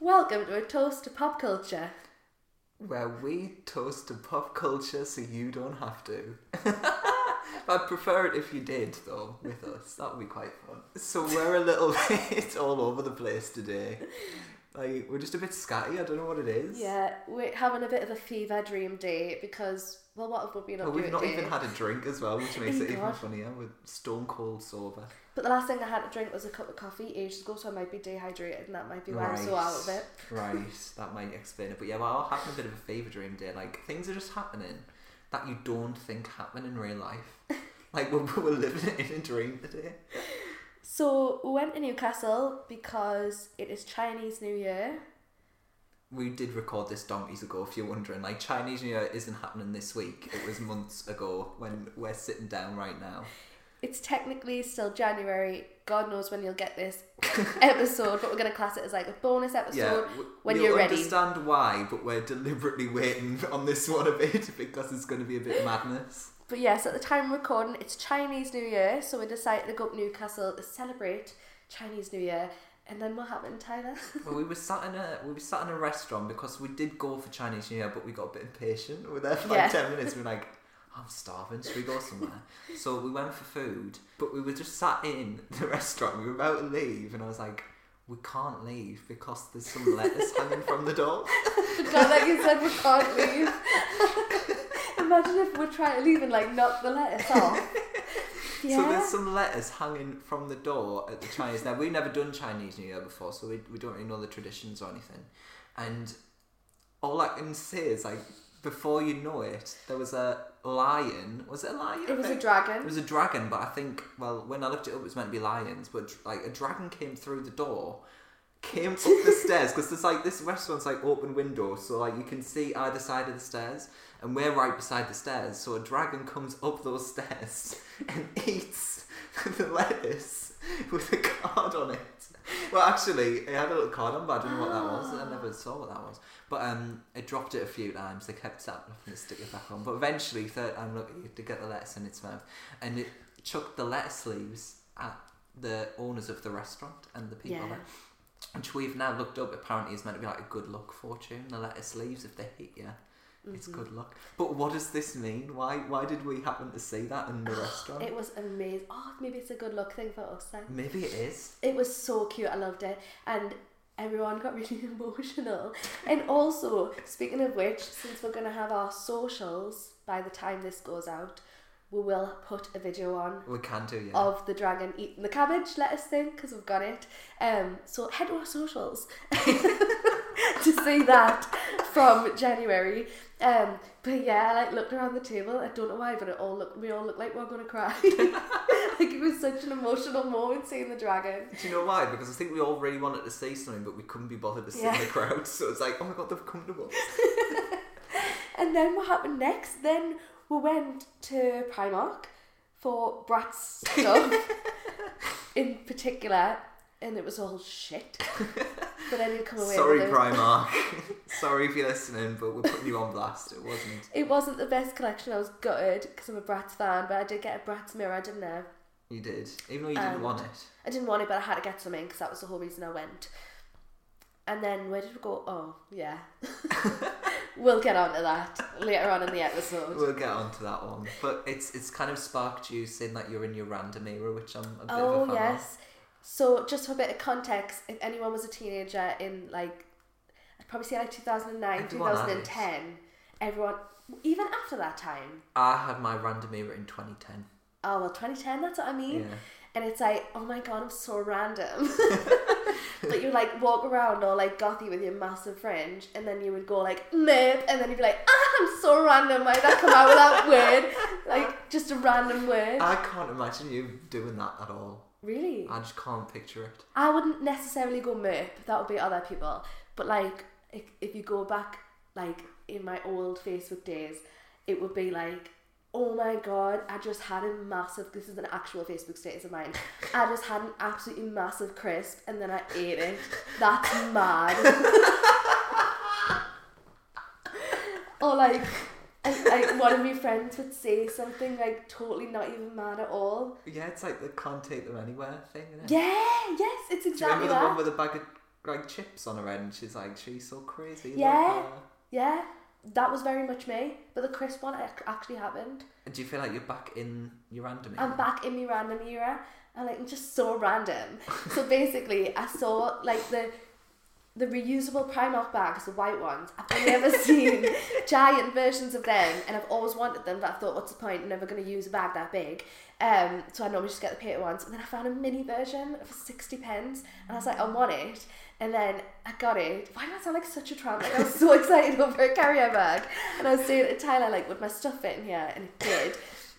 welcome to a toast to pop culture. Where we toast to pop culture so you don't have to. I'd prefer it if you did, though, with us. That would be quite fun. So we're a little bit all over the place today. Like, we're just a bit scatty. I don't know what it is. Yeah, we're having a bit of a fever dream day because, well, what have we been up But to? we've at not day? even had a drink as well, Oh which makes it even God. funnier. We're stone cold sober. But the last thing I had to drink was a cup of coffee ages ago, so I might be dehydrated, and that might be why I'm so out of it. Right, that might explain it. But yeah, we're all having a bit of a fever dream day. Like things are just happening that you don't think happen in real life. Like we're, we're living it in a dream today. So we went to Newcastle because it is Chinese New Year. We did record this donkeys ago, if you're wondering. Like Chinese New Year isn't happening this week. It was months ago when we're sitting down right now. It's technically still January. God knows when you'll get this episode, but we're going to class it as like a bonus episode Yeah, w- when we'll you're ready. understand why, but we're deliberately waiting on this one a bit because it's going to be a bit madness. But yes, at the time of recording, it's Chinese New Year, so we decided to go up Newcastle to celebrate Chinese New Year. And then what happened, Tyler? Well, we were sat in a we were sat in a restaurant because we did go for Chinese New Year, but we got a bit impatient. We were there for like Yeah. ten minutes. We were like, "I'm starving. Should we go somewhere?" so we went for food, but we were just sat in the restaurant. We were about to leave, and I was like, "We can't leave because there's some lettuce hanging from the door." Forgot that you said we can't leave. Imagine if we're trying to leave and like knock the lettuce off. Yeah. So there's some letters hanging from the door at the Chinese. now we've never done Chinese New Year before, so we, we don't really know the traditions or anything. And all I can say is like before you know it, there was a lion. Was it a lion? it was a It dragon. was a dragon, but I think well, when I looked it up, it was meant to be lions, but dr- like a dragon came through the door, came up the stairs because there's like this restaurant's like open window, so like you can see either side of the stairs, and we're right beside the stairs, so a dragon comes up those stairs and eats the lettuce with a card on it. Well, actually, it had a little card on, but I didn't know what that was. I never saw what that was. But um, it dropped it a few times. They kept tapping off and stick it back on. But eventually, third time lucky to get the lettuce in its mouth, and it chucked the lettuce leaves at the owners of the restaurant and the people Yeah. there. Which we've now looked up. Apparently, is meant to be like a good luck fortune. The lettuce leaves if they hit you. It's Mm-hmm. good luck. But what does this mean? Why why did we happen to see that in the restaurant? It was amazing. Oh, maybe it's a good luck thing for us then. Maybe it is. It was so cute. I loved it. And everyone got really emotional. And also, speaking of which, since we're going to have our socials by the time this goes out, we will put a video on We can do, yeah. of the dragon eating the cabbage, let us think, because we've got it. Um, so head to our socials to see that from January. Um, but yeah, I like looked around the table. I don't know why, but it all looked, we all looked like we were gonna cry. like it was such an emotional moment seeing the dragon. Do you know why? Because I think we all really wanted to say something, but we couldn't be bothered to sit in Yeah. the crowd. So it's like, oh my god, they've come to us. And then what happened next? Then we went to Primark for Brat's stuff in particular, and it was all shit. But then you come away. Sorry, with a- Primark. Sorry if you're listening, but we're putting you on blast. It wasn't. It wasn't the best collection. I was gutted because I'm a Bratz fan, but I did get a Bratz mirror, didn't I? You did, even though you didn't And- want it. I didn't want it, but I had to get something because that was the whole reason I went. And then where did we go? Oh, yeah. we'll get on to that later on in the episode. We'll get on to that one, but it's it's kind of sparked you saying that you're in your random era, which I'm a bit of a Oh, fan of. yes. So, just for a bit of context, if anyone was a teenager in like, I'd probably say like 2009, Everyone had it. 2010, everyone, even after that time. I had my random era in 2010. Oh, well, 2010, that's what I mean. Yeah. and it's like, oh my god, I'm so random. but you like walk around all like gothy with your massive fringe, and then you would go like mip, and then you'd be like, ah, I'm so random. Why did I come out with that word? Like just a random word. I can't imagine you doing that at all. really, I just can't picture it. I wouldn't necessarily go mip. That would be other people. But like, if, if you go back, like in my old Facebook days, it would be like. Oh my god, I just had a massive this is an actual Facebook status of mine. I just had an absolutely massive crisp and then I ate it. That's mad. or like and, like one of my friends would say something like totally not even mad at all. Yeah, it's like the can't take them anywhere thing. Isn't it? Yeah, yes, it's Do you exactly remember the that. one with a bag of like chips on her head, and she's like, she's so crazy. love Yeah. her." Yeah, that was very much me. But the crisp one ac- actually happened. And do you feel like you're back in your random? I'm back in my random era, and like, I'm just so random. so basically, I saw like the the reusable Primark bags, the white ones. I've only ever seen giant versions of them, and I've always wanted them. But I thought, what's the point? I'm never going to use a bag that big. Um, so I normally just get the paper ones, and then I found a mini version for sixty pence, and I was like, I want it. And then I got it. Why do I sound like such a tramp? Like I was so excited over a carrier bag, and I was saying to Tyler, like, would my stuff fit in here? And it did.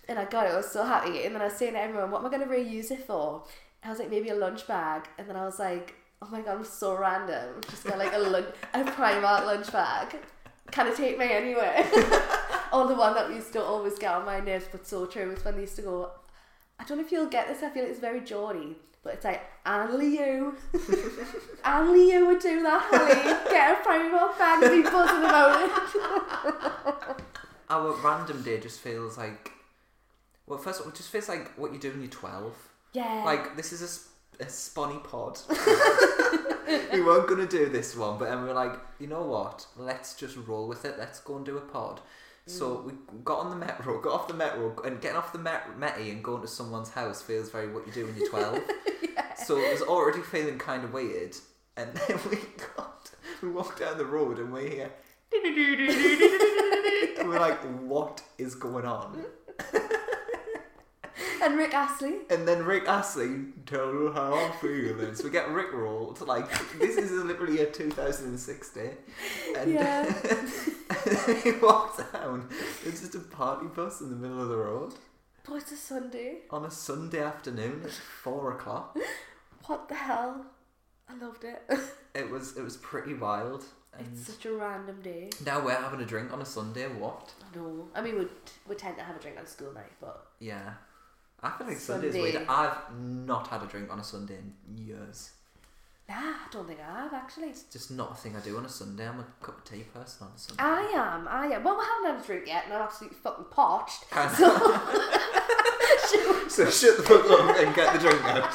And I got it, I was so happy. And then I was saying to everyone, what am I going to reuse it for? I was like, maybe a lunch bag. And then I was like, oh my God, I'm so random. Just got like a, lunch, a Primark lunch bag. Can it take me anywhere? or the one that used to always get on my nerves, but so true, was when they used to go, I don't know if you'll get this, I feel it's very Geordie. But it's like, only you. only you would do that, Holly. Get a Primark bag and be buzzing about it. Our random day just feels like. Well, first of all, it just feels like what you do when you're 12. Yeah. Like, this is a, sp- a sponny pod. we weren't going to do this one, but then we were like, you know what? Let's just roll with it. Let's go and do a pod. So we got on the metro, got off the metro, and getting off the met- metty and going to someone's house feels very what you do when you're 12. So it was already feeling kind of weird. And then we got, we walked down the road and we hear, and we're like, what is going on? and Rick Astley. And then Rick Astley, tell her how I'm feeling. So we get Rick rolled. Like, this is literally a 2006 day. And Yeah. he walks down. It's just a party bus in the middle of the road But it's a Sunday. on a Sunday afternoon at four o'clock. What the hell? I loved it. It was it was pretty wild. And it's such a random day. now we're having a drink on a Sunday. What? I know. I mean, we we tend to have a drink on school night, but Yeah. I feel like Sunday's Sunday. weird. I've not had a drink on a Sunday in years. nah, I don't think I have actually. It's just not a thing I do on a Sunday. I'm a cup of tea person on a Sunday. I am. I am. Well, we haven't had a drink yet, and I'm absolutely fucking parched. Can- So so shut the fuck up and get the drink out.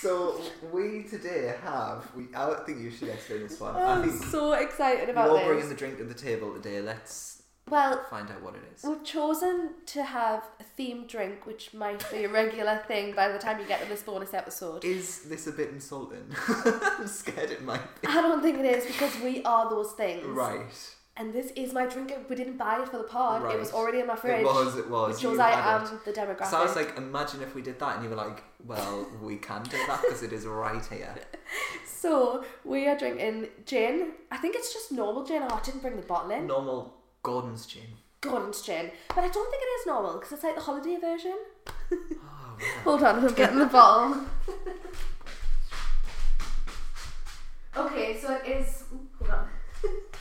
so we today have. We, I don't think you should explain this one. I I'm think so excited Oh, about you're this. bringing the drink to the table today. Let's well, find out what it is. we've chosen to have a themed drink, which might be a regular thing by the time you get to this bonus episode. Is this a bit insulting? I'm scared it might be. I don't think it is because we are those things. Right. And this is my drink. We didn't buy it for the pod. It was Right. already in my fridge. It was. It was. Which shows You I had am it. the demographic. So I was like, imagine if we did that, and you were like, well, we can do that because it is right here. So, we are drinking gin. I think it's just normal gin. Oh, I didn't bring the bottle in. Normal Gordon's gin. Gordon's gin. But I don't think it is normal because it's like the holiday version. Oh, Hold on, I'm getting the bottle. okay, so it is. Hold on.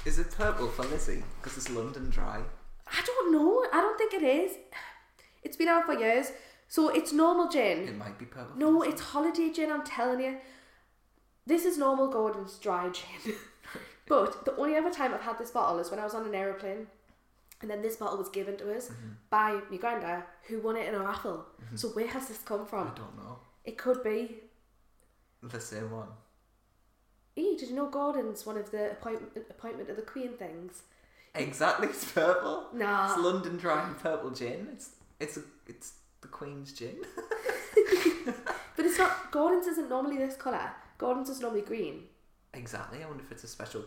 Is it purple for Lizzie? Because it's London dry. I don't know. I don't think it is. It's been out for years. So, it's normal gin. It might be purple. for No, Lizzie. it's holiday gin, I'm telling you. This is normal Gordon's dry gin. but the only other time I've had this bottle is when I was on an aeroplane. And then this bottle was given to us Mm-hmm. by my granddad, who won it in a raffle. So where has this come I from? don't know. It could be. The same one. E, did you know Gordon's one of the appointment appointment of the Queen things? Exactly, it's purple. Nah. It's London dry and purple gin. It's it's a, it's the Queen's gin. But it's not. Gordon's isn't normally this colour. Gordon's is normally green. exactly. I wonder if it's a special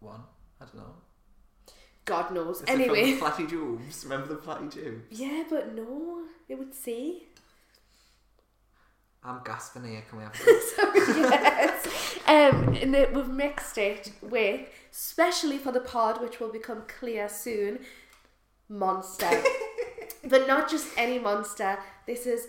one. I don't know. God knows. Is it anyway. from the Flatty Jubes. Remember the Flatty Jubes? Yeah, but no. It would say. I'm gasping here. Can we have? yes. Um, and it, we've mixed it with, especially for the pod, which will become clear soon, Monster. but not just any Monster. This is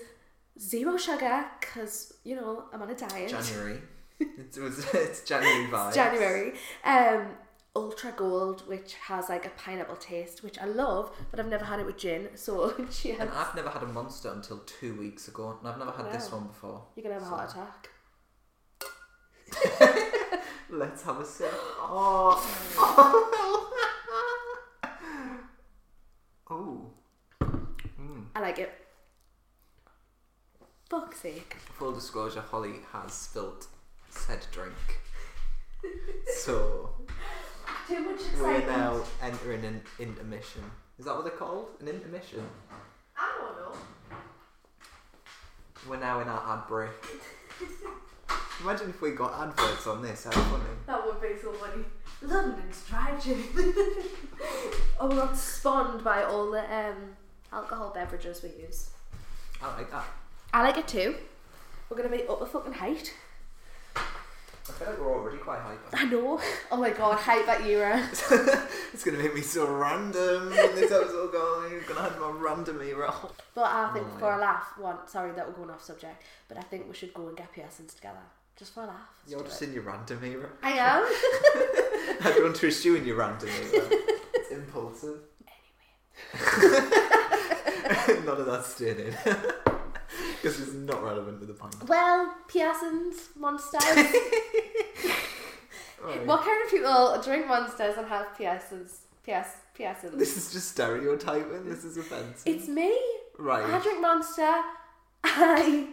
zero sugar, because, you know, I'm on a diet. January. It was it's January vibes. It's January. Um, Ultra Gold, which has like a pineapple taste, which I love, but I've never had it with gin, so cheers. And I've never had a monster until two weeks ago, and I've never had this Wow. one before. You're going to have a heart So, attack. Let's have a sip. Oh. oh. I like it. Fuck's sake. Full disclosure, Holly has spilt said drink. So Too much we're excitement. now entering an intermission. Is that what they're called? An intermission. I don't know. We're now in our ad break. Imagine if we got adverts on this. How funny! That would be so funny. London's tragic. oh, we got spawned by all the um, alcohol beverages we use. I like that. I like it too. We're gonna be up a fucking height. I feel like we're already quite hyper. I know. Oh my god, hype that era. it's gonna make me so random in this episode, guys. I'm gonna have my random era. But I think Right. for a laugh, one sorry that we're going off subject, but I think we should go and get piercings together. Just for a laugh. Let's You're do just it. in your random era. I am. I don't trust you in your random era. It's impulsive. None of that's staying in. Because it's not relevant to the point. well, piercings, monsters. Right. what kind of people drink monsters and have piercings? Pierce, piercings. This is just stereotyping. This is offensive. It's me. I right. drink Monster. I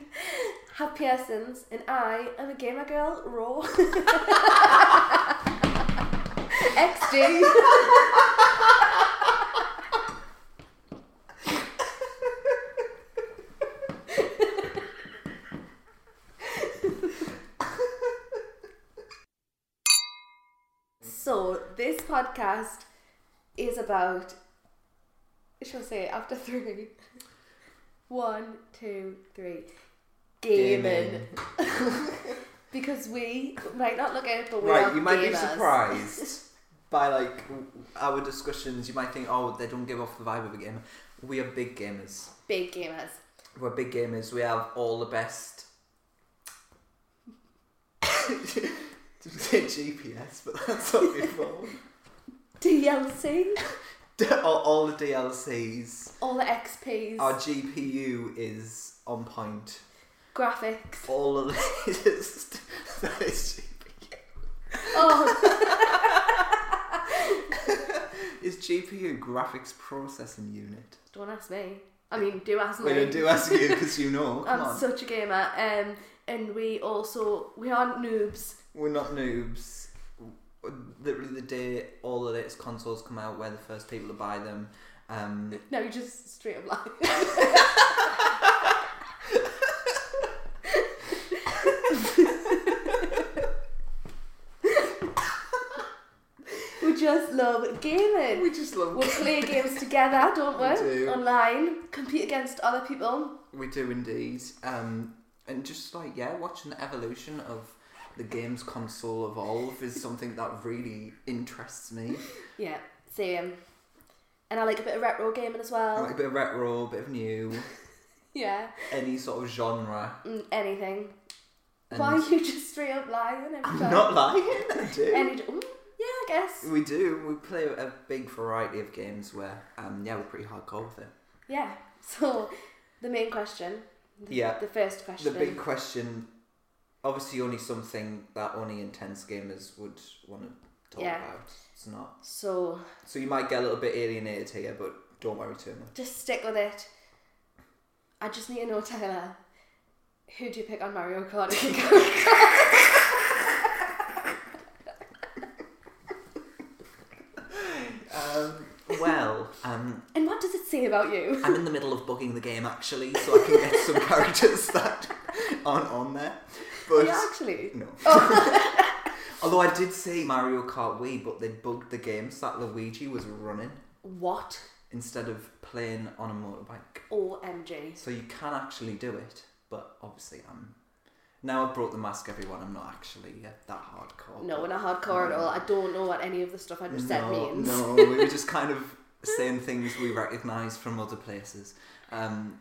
have piercings, and I am a gamer girl. Raw. XD. so this podcast is about. Shall I say it after three? One, two, three. Gaming. because we might not look at it, but we Right, are you might gamers. be surprised by like our discussions. You might think, oh, they don't give off the vibe of a gamer. We are big gamers. Big gamers. We're big gamers. We have all the best. Did you say GPS? But that's not your fault. DLC. all, all the DLCs. All the XPs. Our GPU is on point. graphics. All of the latest. that is GPU. Oh, Is GPU graphics processing unit? don't ask me. I mean, do ask me. Wait, I do ask you because you know. Oh, Come I'm on. such a gamer. Um, and we also we are noobs. We're not noobs. Literally, the day all the latest consoles come out, we're the first people to buy them. Um, No, you just straight up lying. we just love gaming. we just love. We play games together, don't we? We do. Online, compete against other people. We do indeed. Um, and just like yeah, watching the evolution of the games console evolve is something that really interests me. Yeah, same. And I like a bit of retro gaming as well. I like a bit of retro, a bit of new, yeah, any sort of genre. mm, anything. And Why are you just straight up lying? every I'm time? not lying. I do. Any, mm, yeah, I guess. we do. We play a big variety of games where, um, yeah, we're pretty hardcore with it. Yeah. So the main question. The, Yeah. The first The question. big question, obviously, only something that only intense gamers would want to talk Yeah. about. It's not. So So you might get a little bit alienated here, but don't worry too much. just stick with it. I just need to know, Taylor. Who do you pick on Mario Kart? if you go Um, well, um, and what does it say about you? I'm in the middle of bugging the game actually, so I can get some characters that aren't on there. But yeah, Oh. actually. no. Although I did say Mario Kart Wii, but they bugged the game so that Luigi was running What? instead of playing on a motorbike. OMG. So you can actually do it, but obviously I'm. Now I've brought the mask, everyone. I'm not actually uh, that hardcore. No, we're not hardcore at all. I don't know what any of the stuff I just said no, means. no, we were just kind of saying things we recognise from other places. Um,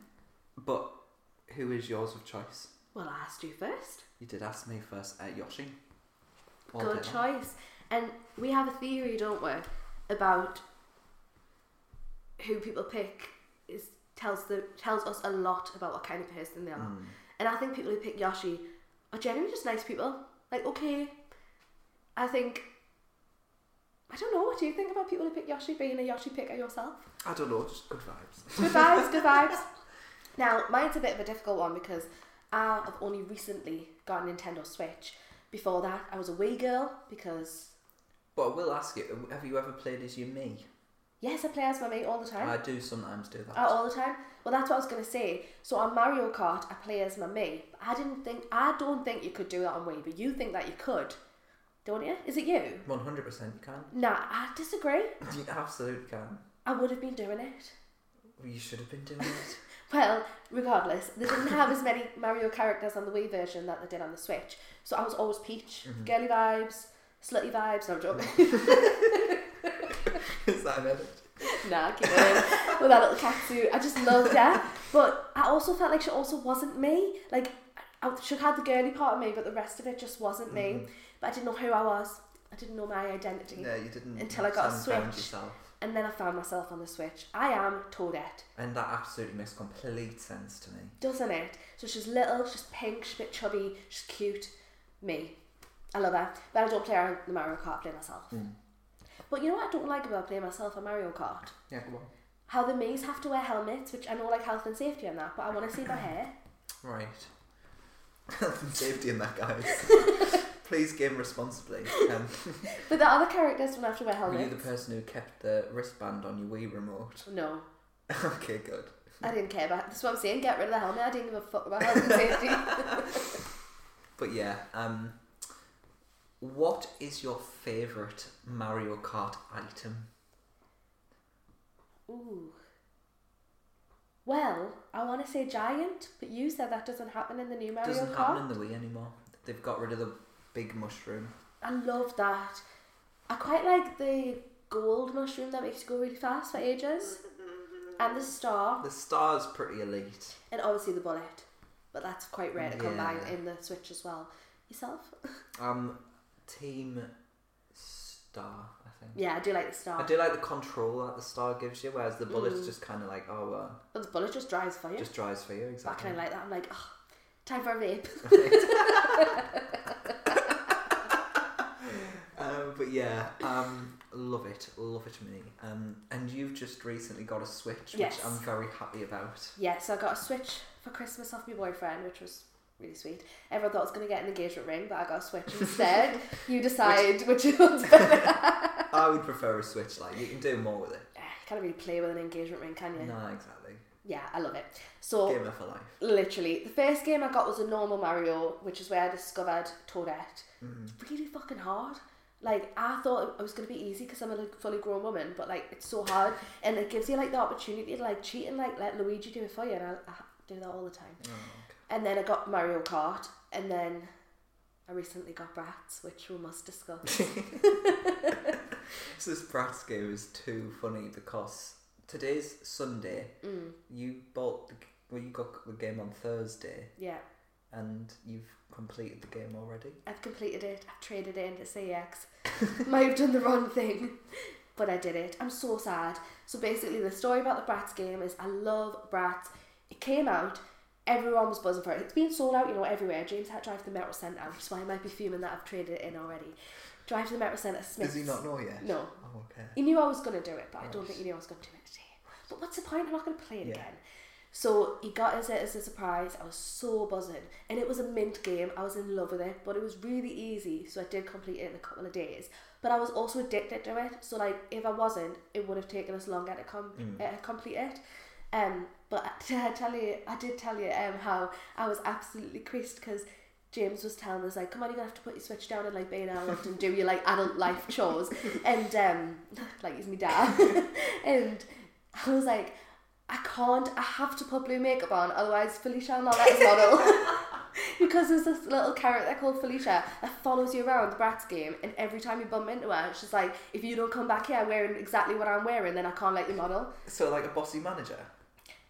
but who is yours of choice? Well, I asked you first. You did ask me first, uh, Yoshi. All Good day long. choice. And we have a theory, don't we, about who people pick is tells the tells us a lot about what kind of person they are. And I think people who pick Yoshi are generally just nice people. Like, okay, I think. I don't know. What do you think about people who pick Yoshi? Being a Yoshi picker yourself? I don't know, just good vibes. Good vibes, good vibes. Now, mine's a bit of a difficult one because I have only recently got a Nintendo Switch, Before that, I was a wee girl because But I will ask you, have you ever played as your me? yes, I play as my mate all the time. I do sometimes do that. Uh, all the time. Well, that's what I was gonna say. So on Mario Kart, I play as my mate. But I didn't think I don't think you could do that on Wii, but you think that you could, don't you? Is it you? 100% you can. Nah, I disagree. You absolutely can. I would have been doing it. You should have been doing it. Well, regardless, they didn't have as many Mario characters on the Wii version that they did on the Switch. So I was always Peach, girly vibes, slutty vibes. No, I'm joking. Is that an edit? nah, keep going. With that little catsuit. I just loved her. But I also felt like she also wasn't me. Like, I, she had the girly part of me, but the rest of it just wasn't me. Mm-hmm. But I didn't know who I was. I didn't know my identity. No, you didn't. Until I got a Sam found Switch. yourself. And then I found myself on the Switch. I am Toadette. And that absolutely makes complete sense to me. doesn't it? So she's little, she's pink, she's a bit chubby, she's cute. Me. I love her. But I don't play her on the Mario Kart, I play myself. But you know what I don't like about playing myself on Mario Kart? Yeah, go on. How the Mii's have to wear helmets, which I know like health and safety and that, but I want to see their hair. Right. Health and safety in that, guys. Please game responsibly. Um, But the other characters don't have to wear were you helmets. the person who kept the wristband on your Wii remote? No, okay, good. I didn't care about That's what I'm saying, get rid of the helmet. I didn't give a fuck about health and safety. But yeah, um, what is your favourite Mario Kart item? Ooh. Well, I want to say giant, but you said that doesn't happen in the new Mario Doesn't Kart. happen in the Wii anymore. They've got rid of the big mushroom. I love that. I quite like the gold mushroom that makes you go really fast for ages. And the star, The star's pretty elite. and obviously the bullet. But that's quite rare to come by Yeah. in the Switch as well. Yourself? Um, Team Star, I think. Yeah, I do like the I star. do like the control that the star gives you, whereas the Mm. bullet's just kind of like, oh, well, But the bullet just drives for you. just drives for you I exactly. kind of like that. I'm like, oh, time for a vape. Um, but yeah, um, love it, love it, me. Um, and you've just recently got a Switch, Yes. which I'm very happy about. yeah, so I got a Switch for Christmas off my boyfriend, which was really sweet. Everyone thought I was going to get an engagement ring, but I got a Switch instead. you decide which one's better. I would prefer a Switch. Like you can do more with it. you can't really play with an engagement ring, can you? No, exactly. Yeah, I love it. So Gamer for life. Literally, the first game I got was a normal Mario, which is where I discovered Toadette. Mm-hmm. Really fucking hard. Like I thought it was gonna be easy because I'm a like, fully grown woman, but like it's so hard, and it gives you like the opportunity to like cheat and like let Luigi do it for you, and I, I do that all the time. And then I got Mario Kart, and then I recently got Bratz, which we must discuss. So this Bratz game is too funny because today's Sunday. Mm, You bought the g- well, you got the game on Thursday, yeah, and you've completed the game already. I've completed it. I've traded it into CX. E Might have done the wrong thing, but I did it. I'm so sad. So basically, the story about the Bratz game is I love Bratz. It came out. Everyone was buzzing for it. It's been sold out, you know, everywhere. James had Drive to the Metro Centre, which is why I might be fuming that I've traded it in already. Drive to the Metro Centre, Smiths. Does he not know yet? No. Oh, okay. He knew I was going to do it, but I don't Right. think he knew I was going to do it today. But what's the point? I'm not going to play it Yeah. again. So he got us it as a surprise. I was so buzzing. And it was a mint game. I was in love with it, but it was really easy. So I did complete it in a couple of days. But I was also addicted to it. So, like, if I wasn't, it would have taken us longer to com- uh, complete it. Um, but did I tell you, I did tell you um, how I was absolutely creased because James was telling us like, "Come on, you're gonna have to put your switch down and like be an adult and do your like adult life chores," and um, like he's my dad, and I was like, "I can't. I have to put blue makeup on, otherwise Felicia will not let us model." because there's this little character called Felicia that follows you around the Bratz game, and every time you bump into her, she's like, "If you don't come back here wearing exactly what I'm wearing, then I can't let you model." So like a bossy manager.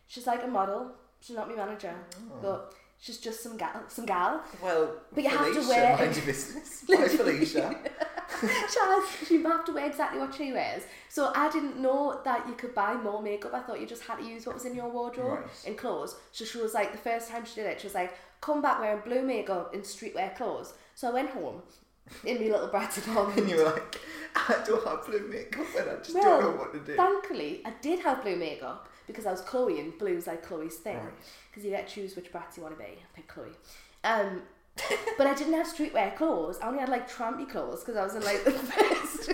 She's like a model. She's not my manager, but she's just some gal. Some gal. Well, Oh. But you have to Felicia, wear- mind your business. Bye, Felicia. Chaz, you have to wear exactly what she wears. So I didn't know that you could buy more makeup. I thought you just had to use what was in your wardrobe Right. and clothes. So she was like, the first time she did it, she was like, come back wearing blue makeup and streetwear clothes. So I went home in my little brat apartment. And you were like, I don't have blue makeup and I just Well, don't know what to do. Thankfully, I did have blue makeup because I was Chloe and blue's like Chloe's thing. Right. Because you get to choose which brats you want to be. I picked Chloe. Um, But I didn't have streetwear clothes. I only had like trampy clothes because I was in like the first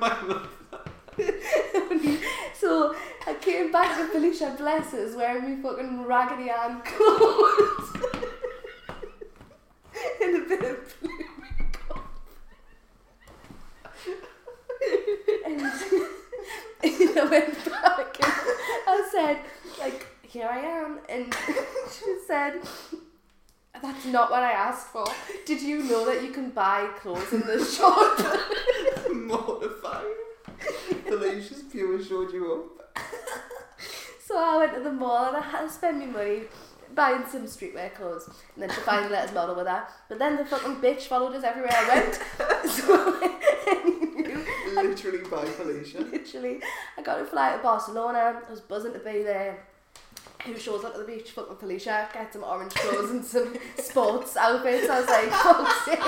level. so I came back to Felicia Blesses wearing me fucking raggedy Ann clothes and a bit of blue makeup. and, and I went back and I said, like, here I am. And she said, that's not what I asked for. Did you know that you can buy clothes in the shop? Mortified. Felicia's pure showed you up. So I went to the mall and I had to spend my money buying some streetwear clothes. And then she finally let us model with her. But then the fucking bitch followed us everywhere I went. so Literally by Felicia. literally, I got a flight to Barcelona. I was buzzing to be there. Who shows up at the beach? Fucking Felicia. Get some orange clothes and some sports outfits. I was like, fuck's sake.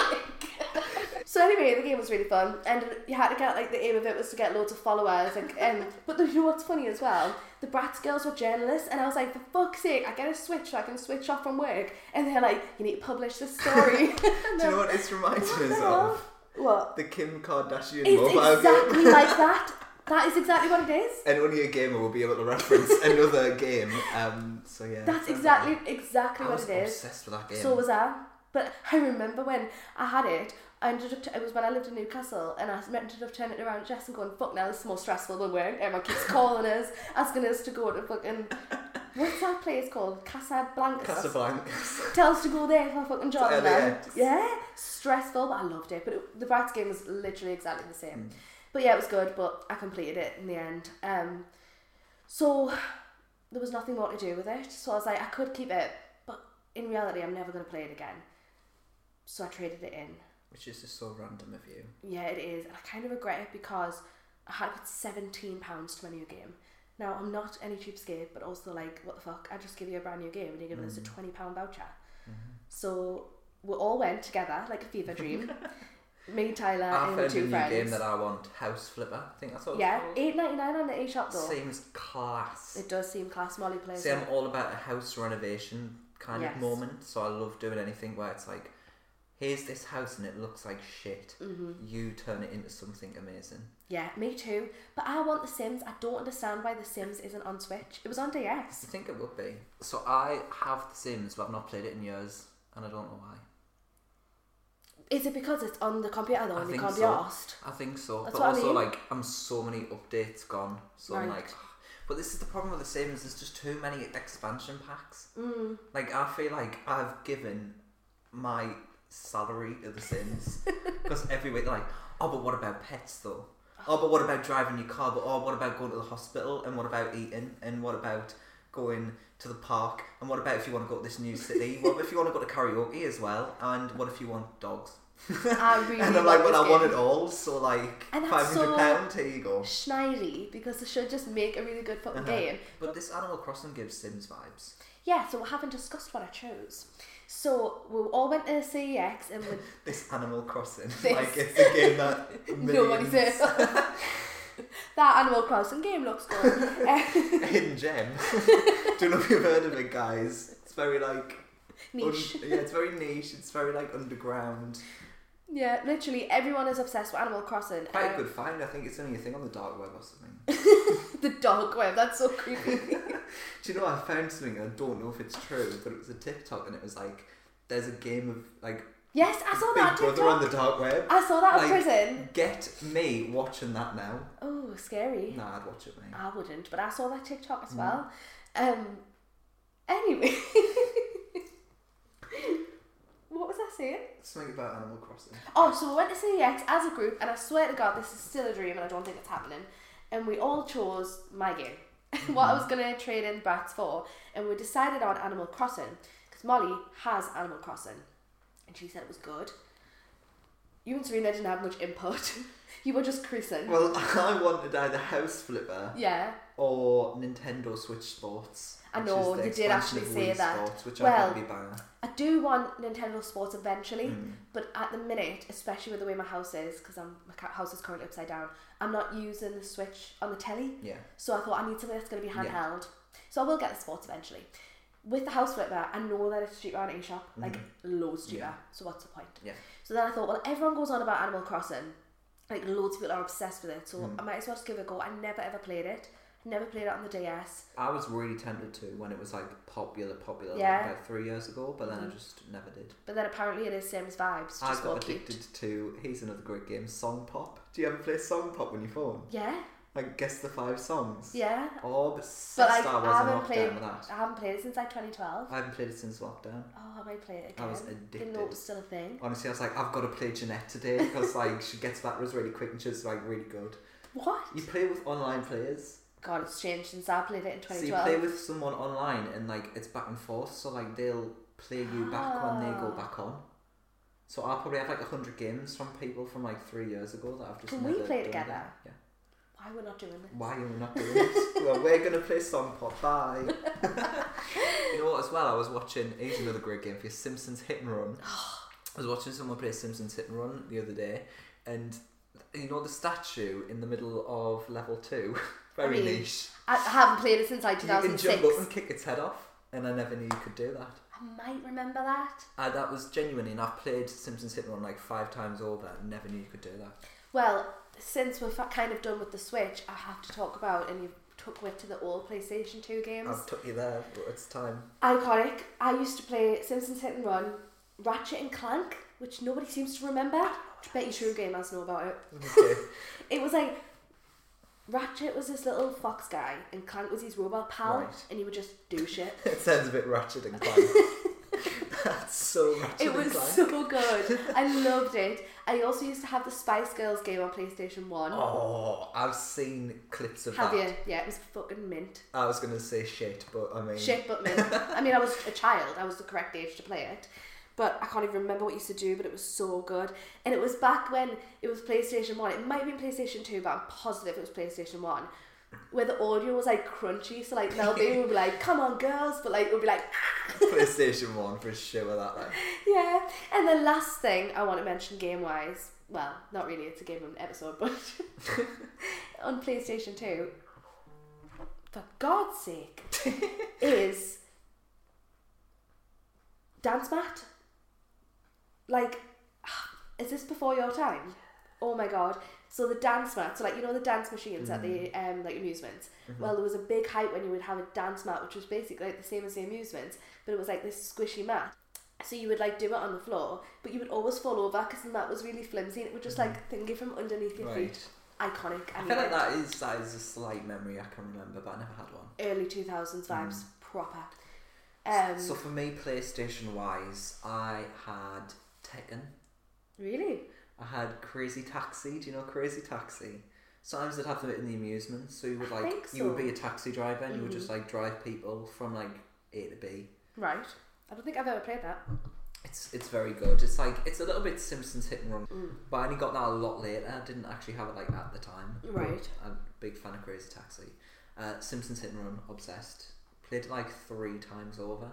So anyway, the game was really fun, and you had to get like the aim of it was to get loads of followers. Like, um, but the, you know what's funny as well? The Bratz girls were journalists, and I was like, for fuck's sake, I get a switch so I can switch off from work. And they're like, you need to publish this story. Do you know what this reminds me of? What? The Kim Kardashian It's mobile game. exactly like that. That is exactly what it is. And only a gamer will be able to reference another game. Um, so yeah. That's so- exactly exactly I what was it is. obsessed with that game. So was I. But I remember when I had it, I ended up, it was when I lived in Newcastle, and I ended up turning it around to Jess and going, fuck now, this is more stressful than work. Everyone keeps calling us, asking us to go to fucking, what's that place called? Casablanca. Casablanca. Tell us to go there for a fucking job. To man. LAX. Yeah, stressful, but I loved it. But it, the Bratz game was literally exactly the same. But yeah, it was good, but I completed it in the end. Um, so there was nothing more to do with it. So I was like, I could keep it, but in reality, I'm never going to play it again. So I traded it in. Which is just so random of you. Yeah, it is. And I kind of regret it because I had to put £17 to my new game. Now, I'm not any cheapskate, but also like, what the fuck? I just give you a brand new game and you're giving Mm-hmm. us a £20 voucher. So we all went together, like a fever dream. me, Tyler, I and my found a Uh, two new friends. game that I want, House Flipper. I think that's what yeah, it's eight ninety nine on the eShop called. though. Seems class. It does seem class. Molly plays See, it. I'm all about a house renovation kind Yes. of moment, so I love doing anything where it's like, here's this house and it looks like shit. Mm-hmm. You turn it into something amazing. Yeah, me too. But I want The Sims. I don't understand why The Sims isn't on Switch. It was on DS. I think it would be. So I have The Sims, but I've not played it in years, and I don't know why. Is it because it's on the computer though I and you think can't be so. asked? I think so, That's but what I also mean. like I'm so many updates gone, so I'm Right. like, but this is the problem with The Sims. There's just too many expansion packs. Mm. Like I feel like I've given my salary to The Sims because every week they're like, oh, but what about pets though? Oh, but what about driving your car? But oh, what about going to the hospital? And what about eating? And what about going to the park? And what about if you want to go to this new city? what if you want to go to karaoke as well? And what if you want dogs? I really and I'm want like, well, this I want game. it all, so like And five that's hundred so- pound. Here you go. Schneidy, because they should just make a really good fucking Uh-huh. game. But this Animal Crossing gives Sims vibes. Yeah, so we haven't discussed what I chose. So we all went to CEX and we This Animal Crossing, This. like it's a game that Nobody millions says that Animal Crossing game looks good. Um, in gem. Do you know if you've heard of it, guys? It's very like un- niche. yeah, it's very niche. It's very like underground. Yeah, literally everyone is obsessed with Animal Crossing. Quite Um, a good find. I think it's only a thing on the dark web or something. The dog web, that's so creepy. Do you know I found something? I don't know if it's true, but it was a TikTok, and it was like there's a game of like yes, I saw Big that Brother TikTok. on the dark web. I saw that in Like- prison. Get me watching that now. Oh, scary. No, I'd watch it, mate. I wouldn't, but I saw that TikTok as well. Um. Anyway, what was I saying? Something about Animal Crossing. Oh, so we went to CEX as a group, and I swear to God, this is still a dream, and I don't think it's happening. And we all chose my game, what I was going to trade in Bratz for, and we decided on Animal Crossing because Molly has Animal Crossing, and she said it was good. You and Serena didn't have much input; you were just creasing. Well, I wanted either House Flipper yeah, or Nintendo Switch Sports. I which is know, the you did expansion actually of say Wii that. Sports, which Well, I think be banned. I do want Nintendo Sports eventually, Hmm. but at the minute, especially with the way my house is, because I'm my ca- house is currently upside down, I'm not using the Switch on the telly. Yeah. So I thought I need something that's going to be Yeah. handheld. So I will get the sports eventually. With the house flipper, I know that it's cheaper on eShop, like loads cheaper. Hmm. Yeah. So what's the point? Yeah. So then I thought, well, everyone goes on about Animal Crossing. Like loads of people are obsessed with it, so Hmm. I might as well just give it a go. I never ever played it. Never played it on the DS. I was really tempted to when it was like popular, popular Yeah. like about three years ago, but then I just never did. But then apparently it is Sims vibes. Just I got more cute. addicted to. Here's another great game, Song Pop. Do you ever play Song Pop on your phone? Yeah, Like guess the five songs. yeah. Obsessed But like, I was I in haven't lockdown played. with that. I haven't played it since like 2012. I haven't played it since lockdown. Oh, I might play it again. I was Didn't know it addicted. was still a thing. Honestly, I was like, I've got to play Jeanette today because like she gets batteries really quick and she's like really good. What? You play with online players. God, it's changed since I played it in So you 2012. play with someone online and like it's back and forth, so like they'll play you back when they go Ah. back on. So I probably have like hundred games from people from like three years ago that I've just. Can we never play done together? again. Yeah. Why we're not doing this? Why are we not doing this? well, we're gonna play some pop. Bye. you know what? As well, I was watching. Here's another great game for you: Simpsons Hit and Run. I was watching someone play Simpsons Hit and Run the other day, and you know the statue in the middle of level two, very I mean, niche. I, I haven't played it since like You can 2006. jump up and kick its head off, and I never knew you could do that. I might remember that. Uh, that was genuinely, and I've played Simpsons Hit and Run like five times over, and never knew you could do that. Well, since we're fa- kind of done with the Switch, I have to talk about, and you took with to the old PlayStation 2 games. I've took you there, but it's time. Iconic. I used to play Simpsons Hit and Run, Ratchet and Clank, which nobody seems to remember. Betty True Gamers know about it. Okay. It was like Ratchet was this little fox guy, and Clank was his robot pal, Right. and he would just do shit. It sounds a bit ratchet and clank. That's so ratchet It and was clank. so good. I loved it. I also used to have the Spice Girls game on PlayStation 1. oh, I've seen clips of have that. you? Yeah, it was fucking mint. I was gonna say shit, but I mean, Shit, but mint. I mean, I was a child. I was the correct age to play it. But I can't even remember what I used to do, but it was so good. And it was back when it was PlayStation 1. It might have been PlayStation 2, but I'm positive it was PlayStation 1. Where the audio was like crunchy, so like Mel B would be like, come on girls, but like it would be like, PlayStation One for sure. That like, Yeah. And the last thing I want to mention game wise, well, not really, it's a game of an episode, but on PlayStation 2, for God's sake, is Dance Mat. Like, is this before your time? Oh my god. So the dance mat, so like you know the dance machines at the um like amusements. Well, there was a big hype when you would have a dance mat, which was basically like the same as the amusements, but it was like this squishy mat. So you would like do it on the floor, but you would always fall over because the mat was really flimsy and it would just like thingy from underneath your right. feet. Iconic. I, I mean, feel like that is that is a slight memory I can remember, but I never had one. early two thousands vibes, proper. Um, Mm. So for me, PlayStation wise, I had Tekken. really, I had Crazy Taxi. Do you know Crazy Taxi? Sometimes they'd have them in the amusement, so you would I like think you would so. Mm-hmm. be a taxi driver and you would just like drive people from like A to B. right? I don't think I've ever played that. It's it's very good. It's like it's a little bit Simpsons hit and run, Mm. but I only got that a lot later. I didn't actually have it like at the time. Right. I'm a big fan of Crazy Taxi. Uh, Simpsons hit and run, obsessed. Played it like three times over.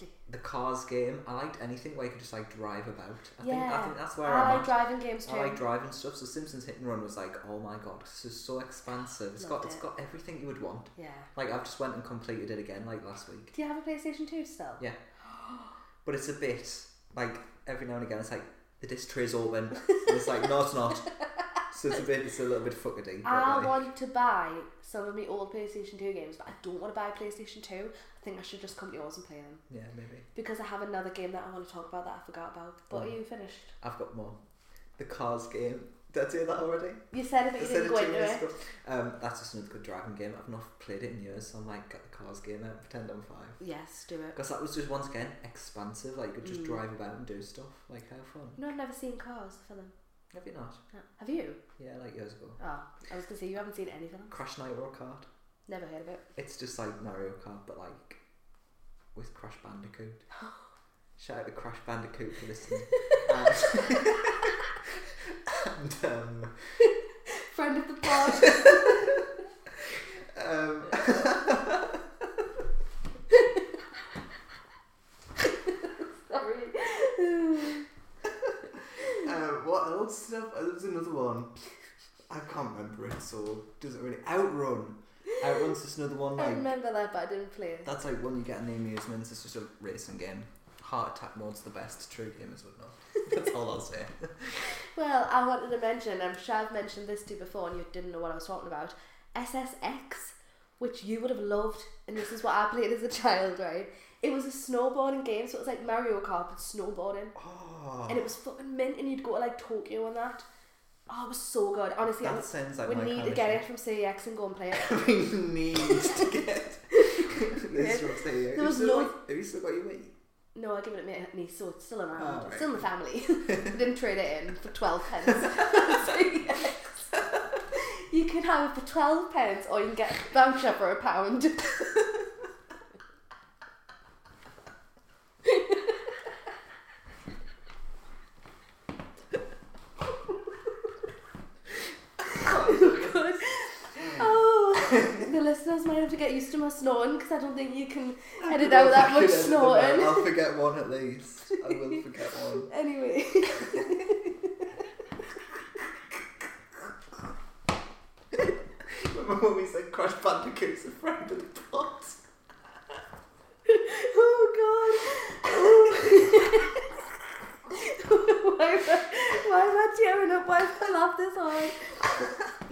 Really. The cars game, I liked anything where you could just like drive about. I think I Yeah. think that's where I I'm like at. driving games too. I like driving stuff. So Simpsons Hit and Run was like, oh my god, this is so expansive. It's got Loved it's it. got everything you would want. yeah. Like I've just went and completed it again like last week. Do you have a PlayStation 2 still? Yeah. But it's a bit like every now and again it's like the disc tray's open. and it's like no it's not. So it's a bit it's a little bit fuckity. I but, like, want to buy some of my old PlayStation 2 games, but I don't want to buy a PlayStation 2. I think I should just come to yours and play them. Yeah, maybe. Because I have another game that I want to talk about that I forgot about. But Mm. are you finished? I've got more. The cars game. Did I do that already? You said it, I but you said didn't it go two into minutes it. ago. Um, that's just another good driving game. I've not played it in years, so I might get the cars game out. Pretend I'm five. Yes, do it. Because that was just once again expansive. Like you could Mm. just drive about and do stuff. Like how fun. No, I've never seen Cars, the film. Have you not? No. Have you? Yeah, like years ago. Oh, I was going to say, you haven't seen any film. Crash Nitro Kart. Never heard of it. It's just like Mario Kart, but like with Crash Bandicoot. Shout out to Crash Bandicoot for listening. and and um, Friend of the pod. Um, Oh Sorry. um, what else stuff? Oh, There was another one. I can't remember it, so doesn't really. Outrun. Outrun's just another one. I Like remember that, but I didn't play it. that's like one you get in the amusements. It's just a racing game. Heart attack mode's the best. True gamers would know. That's all I'll say. Well, I wanted to mention, I'm sure I've mentioned this to you before and you didn't know what I was talking about. SSX, which you would have loved, and this is what I played as a child, right? It was a snowboarding game, so it was like Mario Kart but snowboarding. Oh, And it was fucking mint, and you'd go to like Tokyo and that. Oh, it was so good. Honestly, that sounds like we my need kind to of get thing. it from CX and go and play it. we need to get Yeah. this from here. There was Have you still no- got- Have you still got your Wii? No, I give it to my niece, so it's still around. Oh, It's right. still in the family. I didn't trade it in for 12 pence. CX. you can have it for 12 pence or you can get a voucher for a pound. Oh, Good. Oh, the listeners might have to get used to my snoring because I don't think you can edit out that I'll much forget them out. snorting. I'll forget one at least. I will forget one. Anyway. Remember when we said Crash Bandicoot's a friend of the pot? Oh god. Oh. why, am I, why am I tearing up? Why have I laughed this hard?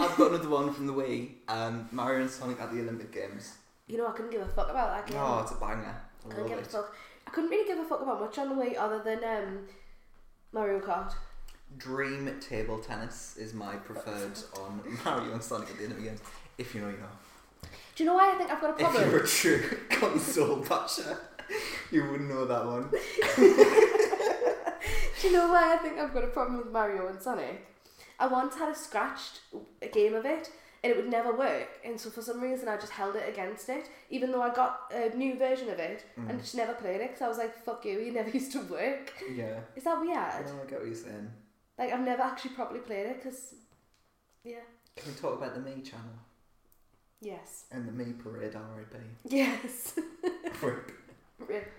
I've got another one from the Wii. Um, Mario and Sonic at the Olympic Games. You know, I couldn't give a fuck about that game. Oh, it's a banger. I I couldn't love give a it. fuck. I couldn't really give a fuck about much on the way other than um, Mario Kart. Dream table tennis is my preferred on Mario and Sonic at the Olympic Games. If you know, you know. Do you know why I think I've got a If problem? you're a true console basher, you wouldn't know that one. Do you know why I think I've got a problem with Mario and Sonic? I once had a scratched a game of it and it would never work. And so for some reason I just held it against it, even though I got a new version of it Mm, and just never played it because I was like, fuck you, you never used to work. Yeah. Is that I weird? know, I get what you're saying. Like, I've never actually properly played it because, yeah, Can we talk about the Me channel yes. and the Me parade RIP? Yes. Rip. Rip.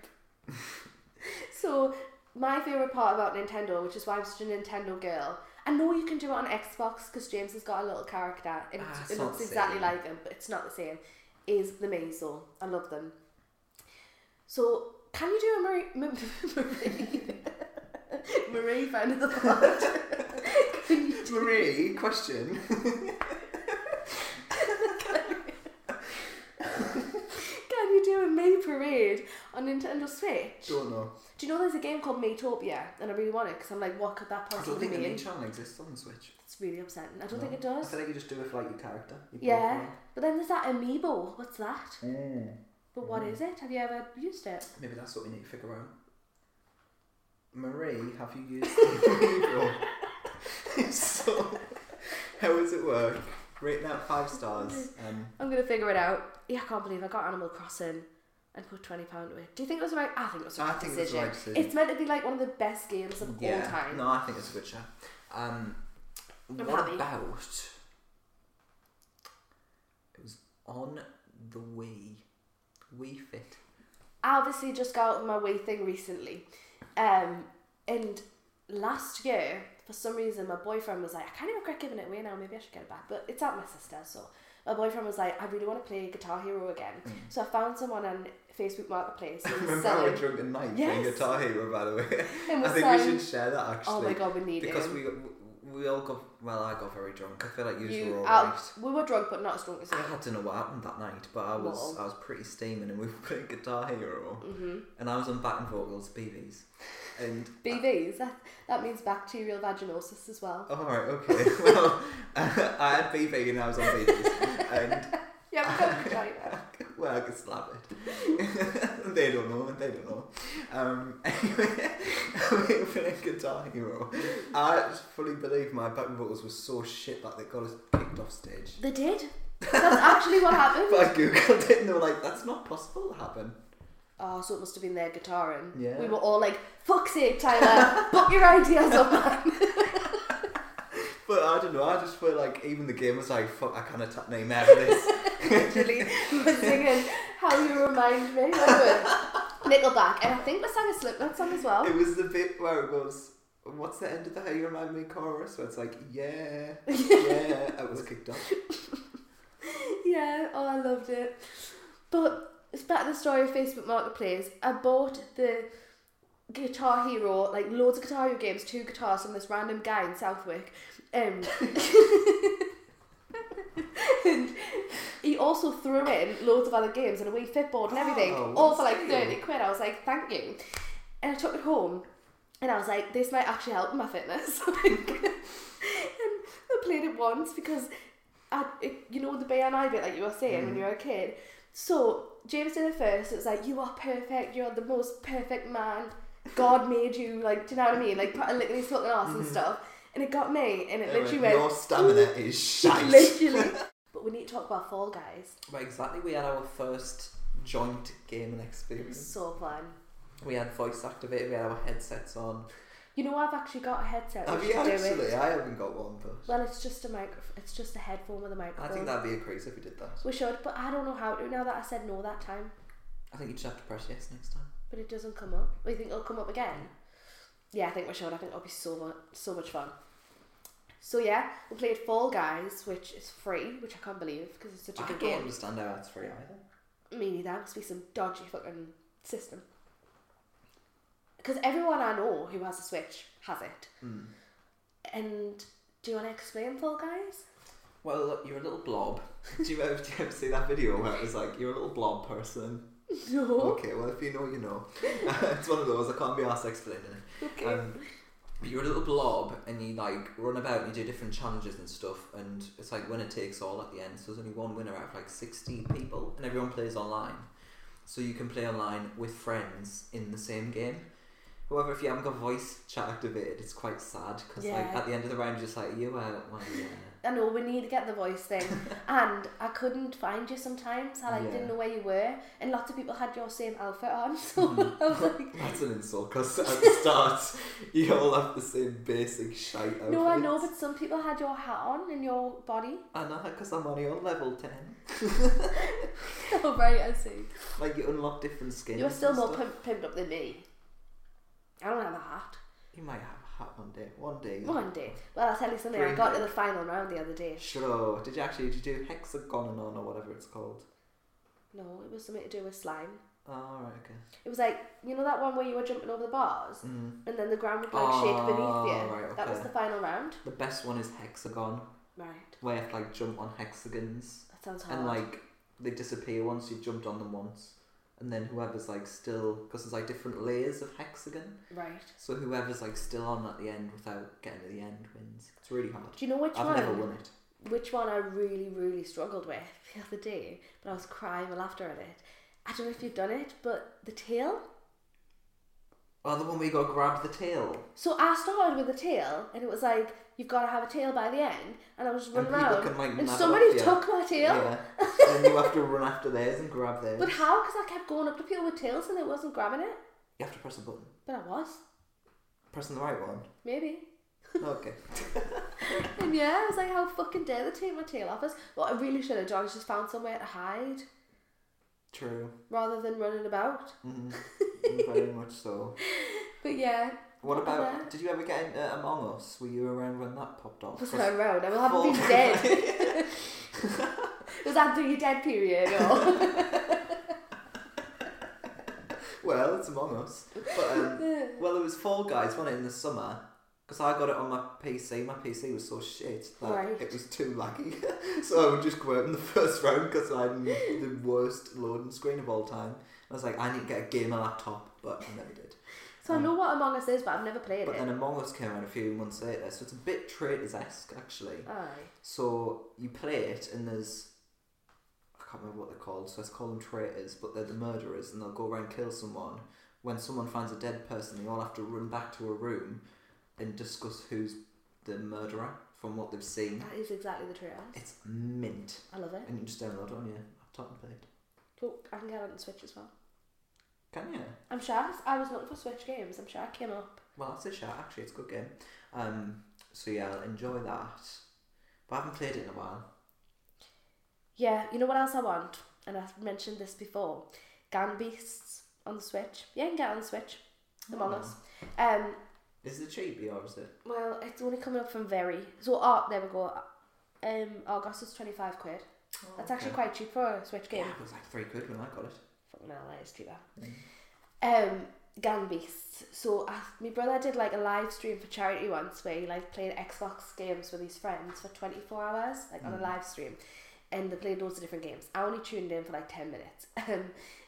so, my favourite part about Nintendo, which is why I'm such a Nintendo girl, I know you can do it on Xbox because James has got a little character and Ah, it's it's it not looks the exactly same. like him, but it's not the same, is the Maisel. I love them. So, can you do a Marie... M- Marie... Marie friend of the pod? can you do... Marie, question. Can you do a May Parade on Nintendo Switch? Don't know. Do you know there's a game called Maytopia? And I really want it because I'm like, what could that I don't possibly think the mean? main channel exists on the Switch. It's really upsetting. I don't No. think it does. I feel like you just do it for like your character. your Yeah, but then there's that amiibo. What's that? profile. Mm. But what is it? Have you ever used it? Maybe that's what we need to figure out. Marie, have you used the Amiibo? so, how does it work? Rate that five stars. Um, I'm gonna figure it out. Yeah, I can't believe I got Animal Crossing and put twenty pound away. Do you think it was the right? I think it was the I right think it was the decision. right decision. It's meant to be like one of the best games of all time. No, I think it's a good chat. Um, I'm what happy. about? It was on the Wii, Wii Fit. I obviously just got out of my Wii thing recently. Um, and last year, for some reason, my boyfriend was like, I kind of regret giving it away now, maybe I should get it back. But it's at my sister's, so my boyfriend was like, I really want to play Guitar Hero again. Mm. So I found someone on Facebook Marketplace who was Remember how we selling. drunk at night playing Yes. Guitar Hero, by the way? And I was think selling- we should share that actually. Oh my god, we need Because him. we we all got well, I got very drunk. I feel like yous You- were I- alright. we were drunk, but not as drunk as you. I don't know what happened that night, but I was Lol. I was pretty steaming, and we were playing Guitar Hero, Mm-hmm. and I was on backing vocals, BBs, and BVs, that, that means bacterial vaginosis as well. oh, all right, okay, well, I had BB and I was on BBs, and Yeah, we've got Guitar Hero. well, I could slap it. they don't know, they don't know. Um, anyway, we were playing Guitar Hero. I fully believe my backing vocals were so shit that they got us kicked off stage. They did. That's actually what happened. But I googled it and they were like, that's not possible to happen. Oh, so it must have been their guitaring. Yeah. We were all like, fuck's sake, Tyler, book your ideas up, man. But I don't know, I just feel like even the game was like, fuck, I can't attack name out of this. literally was singing How You Remind Me. Remember? Nickelback. And I think they sang a Slipknot song as well. It was the bit where it goes, what's the end of the How You Remind Me chorus? Where it's like, yeah, yeah, I was kicked off. yeah, oh, I loved it. But it's back to the story of Facebook Marketplace. I bought the Guitar Hero, like loads of Guitar Hero games, two guitars from this random guy in Southwick. Um, and he also threw in loads of other games and a wee fitboard and everything, Oh, all for like what's 30 that? quid. I was like, thank you. And I took it home and I was like, this might actually help my fitness. Like, and I played it once because I, it, you know the BMI bit like you were saying Mm. when you were a kid. So James did it first. It's like you are perfect. You're the most perfect man. God made you. Like do you know what I mean? Like put a lick in his fucking ass Mm-hmm. and stuff. And it got me. And it literally went. Your stamina is shite. literally. but we need to talk about Fall Guys. Well, exactly, we had our first joint gaming It was experience. so fun. We had voice activated, we had our headsets on. You know I've actually got a headset. Have we you should do it. actually? I haven't got one, but Well, it's just a micro. It's just a headphone with a I microphone. think that'd be a craze if we did that. we should, but I don't know how to now that I said no that time. I think you just have to press yes next time. But it doesn't come up. We think it'll come up again. Yeah, I think we should. I think it'll be so much, so much fun. So yeah, we played Fall Guys, which is free, which I can't believe because it's such a I good don't game. understand how that's free either. Me neither. Must be some dodgy fucking system. Because everyone I know who has a Switch has it. And do you want to explain Fall Guys? Well, look, you're a little blob. do, you ever, do you ever see that video where it was like, you're a little blob person? No. Okay, well, if you know, you know. it's one of those, I can't be asked explaining it. Okay. Um, you're a little blob and you like run about and you do different challenges and stuff, and it's like winner takes all at the end, so there's only one winner out of like 60 people, and everyone plays online. So you can play online with friends in the same game. However, if you haven't got voice chat activated, it's quite sad because like Yeah. at the end of the round, you're just like, you out, well, yeah. I know we need to get the voice thing, and I couldn't find you sometimes. I like Yeah. didn't know where you were, and lots of people had your same outfit on, so Mm-hmm. I was like, That's an insult because at the start you all have the same basic shite outfits. no, I know, but some people had your hat on and your body. I know because I'm on your level ten. oh right, I see. Like you unlock different skins. You're still and more stuff. pimp- pimped up than me. I don't have a hat. You might have a hat one day. One day. One day. Well, I'll tell you something. I Green got day. to the final round the other day. Sure. Did you actually did you do hexagonon or whatever it's called? No, it was something to do with slime. Oh, all right, okay. It was like you know that one where you were jumping over the bars, Mm. and then the ground would like shake beneath you. Oh, right, That was okay. the final round. The best one is hexagon, Right. where you have to like jump on hexagons That sounds hard. and like they disappear once you've jumped on them once, and then whoever's like still because there's like different layers of hexagon. right. So whoever's like still on at the end without getting to the end wins. It's really hard. Do you know which I've one? never won it. Which one I really, really struggled with the other day, but I was crying with laughter at it. I don't know if you've done it, but the tail. Oh, the one where you got to grab the tail. So I started with a tail, and it was like you've got to have a tail by the end, and I was just And running people around, can, like, and nab it somebody off you. took my tail. Yeah. and you have to run after theirs and grab theirs. But how? Because I kept going up to people with tails, and they wasn't grabbing it. You have to press a button. But I was Pressing the right one. maybe. Okay. And yeah, I was like, how fucking dare they take my tail off us? What I really should have done is just found somewhere to hide True. rather than running about. Mm, very much so. But yeah, What What about? about- Did you ever get into Among Us? Were you around when that popped off? was 'Cause I around? I will have full- been dead. Was that through your dead period or? well, it's Among Us. But um, well, it was Fall Guys, wasn't it, in the summer? Because I got it on my PC. My PC was so shit that Right. it was too laggy. so I would just go out in the first round because I had the worst loading screen of all time. I was like, I need to get a gamer laptop, but I never did. so I know what Among Us is, but I've never played But it. then Among Us came out a few months later, so it's a bit traitors esque actually. Aye. So you play it, and there's I can't remember what they're called. So let's call them traitors, but they're the murderers, and they'll go around and kill someone. When someone finds a dead person, they all have to run back to a room and discuss who's the murderer from what they've seen. that is exactly the trailer. It's mint, I love it. and you just download it on your laptop and play it. Oh, I can get it on the Switch as well. Can you? I'm sure I, I was looking for Switch games. I'm sure I came up. Well, that's a shout. Actually, it's a good game. Um, so yeah, I'll enjoy that. But I haven't played it in a while. Yeah, you know what else I want? And I've mentioned this before. Gang Beasts on the Switch. Yeah, you can get it on the Switch. Mm. Among Us. Um, Is it cheap, or is it? well, it's only coming up from Very. So, oh, there we go. Um, Argos is 25 quid. That's actually quite cheap for a Switch game. Yeah, it was like three quid when I got it. Fucking hell, that is cheaper. Um, Gang Beasts. So, I, my brother did like a live stream for charity once where he like played Xbox games with his friends for 24 hours, like on a live stream. And they played loads of different games. I only tuned in for like 10 minutes. Um,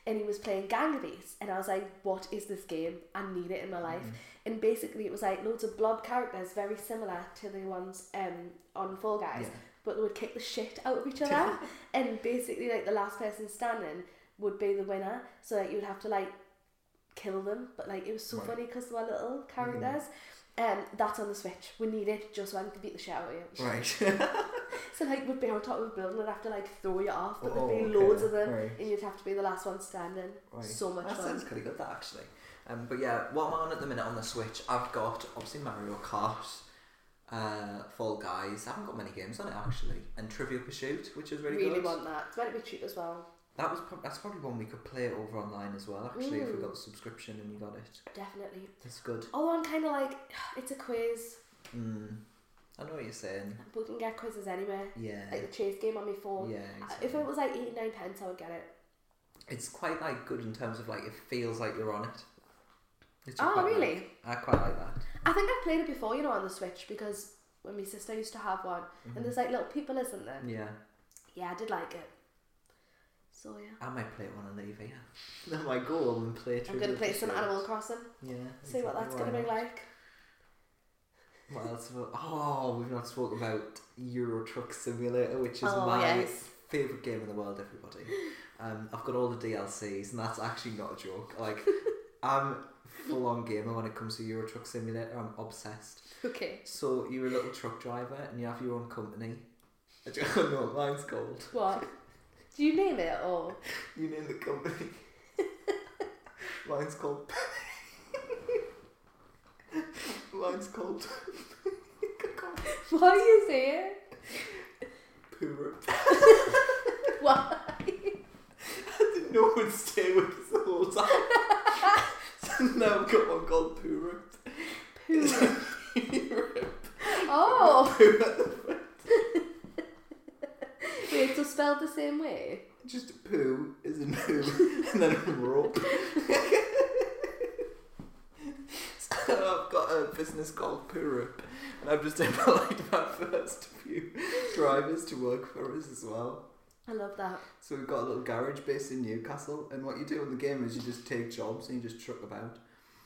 and he was playing Gang Beasts. And I was like, what is this game? I need it in my life. And basically, it was like loads of blob characters very similar to the ones um, on Fall Guys. Yeah. But they would kick the shit out of each other. and basically, like the last person standing would be the winner. So like you'd have to like kill them. But like it was so Right. Mm-hmm. funny because they were little characters. Um, that's on the Switch. We need it just so I can beat the shit out of you. Right. So like we'd be on top of a building and have to like throw you off, but Oh, there'd be okay, loads of them, right. and you'd have to be the last one standing. Right. So much that fun. sounds pretty good, that actually. Um, but yeah, what I'm on at the minute on the Switch, I've got obviously Mario Kart, uh, Fall Guys. I haven't got many games on it actually, and Trivial Pursuit, which is really, Really, good. want that. It's meant to be cheap as well. That was prob- that's probably one we could play it over online as well. Actually, if we Mm. got the subscription and you got it, Definitely. it's good. Although I'm kind of like, it's a quiz. Mm. I know what you're saying. We can get quizzes anywhere. Yeah. Like the chase game on my phone. yeah. Uh, If Exactly. it was like 89 pence, I would get it. It's quite like good in terms of like it feels like you're on it. It's Oh, quite like- really? I quite like that. I think I've played it before, you know, on the Switch because when my sister used to have one, Mm-hmm. and there's like little people, isn't there? Yeah. Yeah, I did like it. So yeah, I might play one on the EV. I might go home and play. I'm Trivial gonna play some Pursuit. Animal Crossing. Yeah. See what that's exactly, gonna be why like. not? What else? have I- Oh, we've not spoken about Euro Truck Simulator, which is Oh, my yes. favorite game in the world. Everybody, um, I've got all the DLCs, and that's actually not a joke. Like, I'm full on gamer when it comes to Euro Truck Simulator. I'm obsessed. Okay. So you're a little truck driver, and you have your own company. I don't know what mine's called. What? Do you name it or? You name the company. Mine's called. Mine's called. What do you saying? Pura. What? I didn't know it would stay with us the whole time. so now I've got one called Pura. Poo. Pura. Oh. Pura. Wait, so spelled the same way. Just poo is in poo, and then a rope. so I've got a business called Poorup, and I've just invited my first few drivers to work for us as well. I love that. So we've got a little garage based in Newcastle, and what you do in the game is you just take jobs and you just truck about.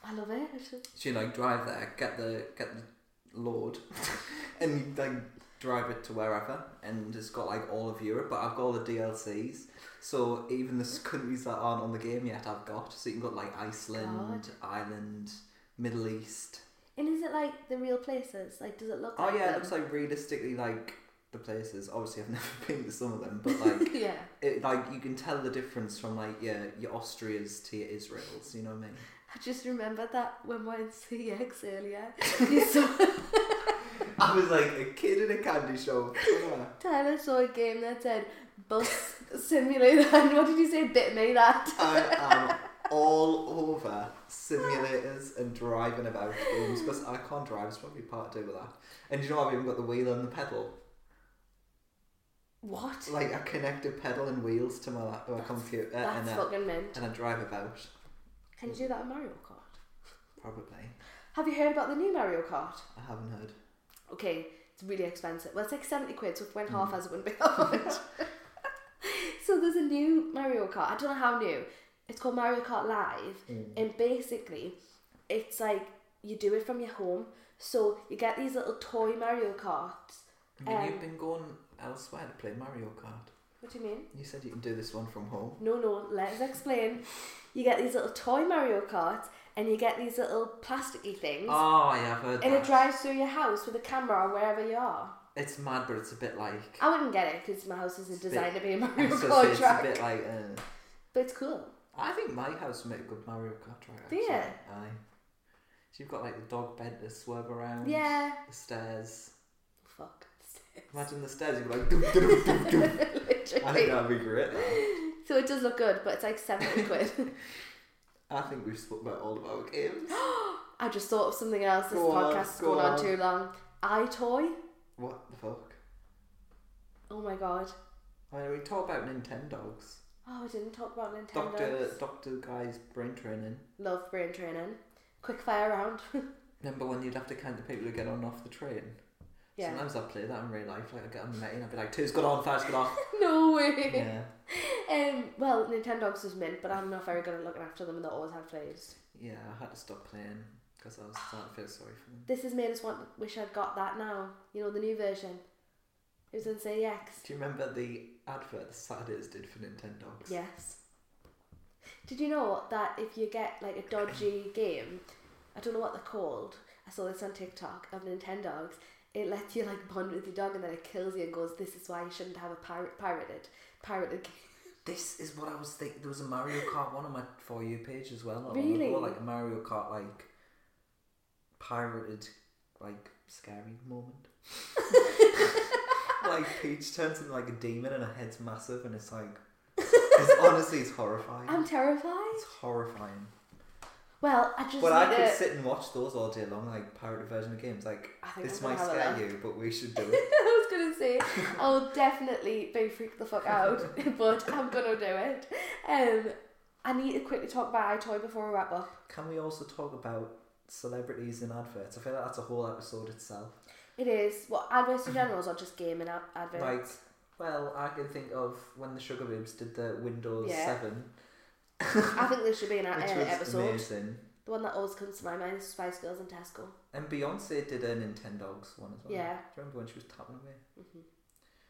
I love it. I should- So you like drive there, get the get the load, and you like drive it to wherever, and it's got like all of Europe. But I've got all the DLCs, so even the s- countries that aren't on the game yet, I've got. So you can go to, like Iceland, Ireland, Middle East. And is it like the real places? Like, does it look? Oh like yeah, it them? looks like realistically like the places. Obviously, I've never been to some of them, but like yeah. it, like you can tell the difference from like your your Austrias to your Israels. You know what I mean? I just remembered that when we were in CX earlier, you saw I was like a kid in a candy shop. Yeah. Tyler saw a game that said bus simulator, and what did you say? Bit me that. I am all over simulators and driving about games because I can't drive. It's probably part to do with that. And you know, I've even got the wheel and the pedal. What? Like I connect a pedal and wheels to my laptop computer uh, and That's I, fucking mint. and I drive about. Can you do that on Mario Kart? Probably. Have you heard about the new Mario Kart? I haven't heard. Okay, it's really expensive. Well, it's like 70 quid, so if it went Hmm. half as it wouldn't be that much. so there's a new Mario Kart. I don't know how new. It's called Mario Kart Live, Hmm. and basically, it's like you do it from your home. So you get these little toy Mario Karts. I mean, Um, you've been going elsewhere to play Mario Kart. What do you mean? You said you can do this one from home. No, no, let us explain. You get these little toy Mario Karts and you get these little plasticky things. Oh, yeah, I've heard and that. it drives through your house with a camera or wherever you are. it's mad, but it's a bit like. I wouldn't get it because my house isn't bit- designed to be a I Mario was gonna say, Kart it's a track. bit like. Uh, But it's cool. I think my house would make a good Mario Kart track. Do actually. you? Aye. So you've got like the dog bed to swerve around. Yeah. The stairs. Fuck. Imagine the stairs. You'd be like. "Dum, dum, dum, dum, dum." I literally. think that'd be great. Though. So it does look good, but it's like 70 quid. I think we've spoken about all of our games. I just thought of something else. This Go on, podcast is go going on. on. too long. iToy. what the fuck? Oh my god. I mean, we talk about Nintendogs. Oh, I didn't talk about Nintendo. Doctor, Doctor Guy's brain training. Love brain training. Quick fire round. Remember when you'd have to count the people who get on and off the train? yeah. Sometimes I play that in real life. Like I get on the and I'd be like, two's got on, five's got off. No way. yeah, Um. Well, Nintendogs was mint, but I'm not very good at looking after them, and they always had plays. yeah. I had to stop playing because I was starting to feel sorry for them. This has made us want. Wish I'd got that now. You know the new version. It was in CX. Do you remember the advert the Saturdays did for Nintendogs? Yes. Did you know that if you get like a dodgy game, I don't know what they're called. I saw this on TikTok of Nintendogs. It lets you like bond with your dog, and then it kills you and goes, "This is why you shouldn't have a pirate pirated pirated game." This is what I was thinking. There was a Mario Kart one on my for you page as well. not long Really? ago, like a Mario Kart like pirated, like scary moment. like Peach turns into like a demon and her head's massive and it's like, it's honestly it's horrifying. I'm terrified. it's horrifying. Well, I just But I need could to. sit and watch those all day long, like pirated version of games. Like I think this I'm might gonna have a scare laugh. you, but we should do it. I was gonna say I'll definitely be freaked the fuck out, but I'm gonna do it. Um, I need to quickly talk about iToy before we wrap up. Can we also talk about celebrities in adverts? I feel like that's a whole episode itself. It is what adverts in generals or just gaming ad- adverts. Like, well, I can think of when the Sugar Boobs did the Windows Yeah. 7, I think there should be an uh, which was episode. amazing. Oh, The one that always comes to my mind is Spice Girls and Tesco. And Beyonce did a Nintendogs one as well. Yeah. Mm-hmm. Do you remember when she was tapping away?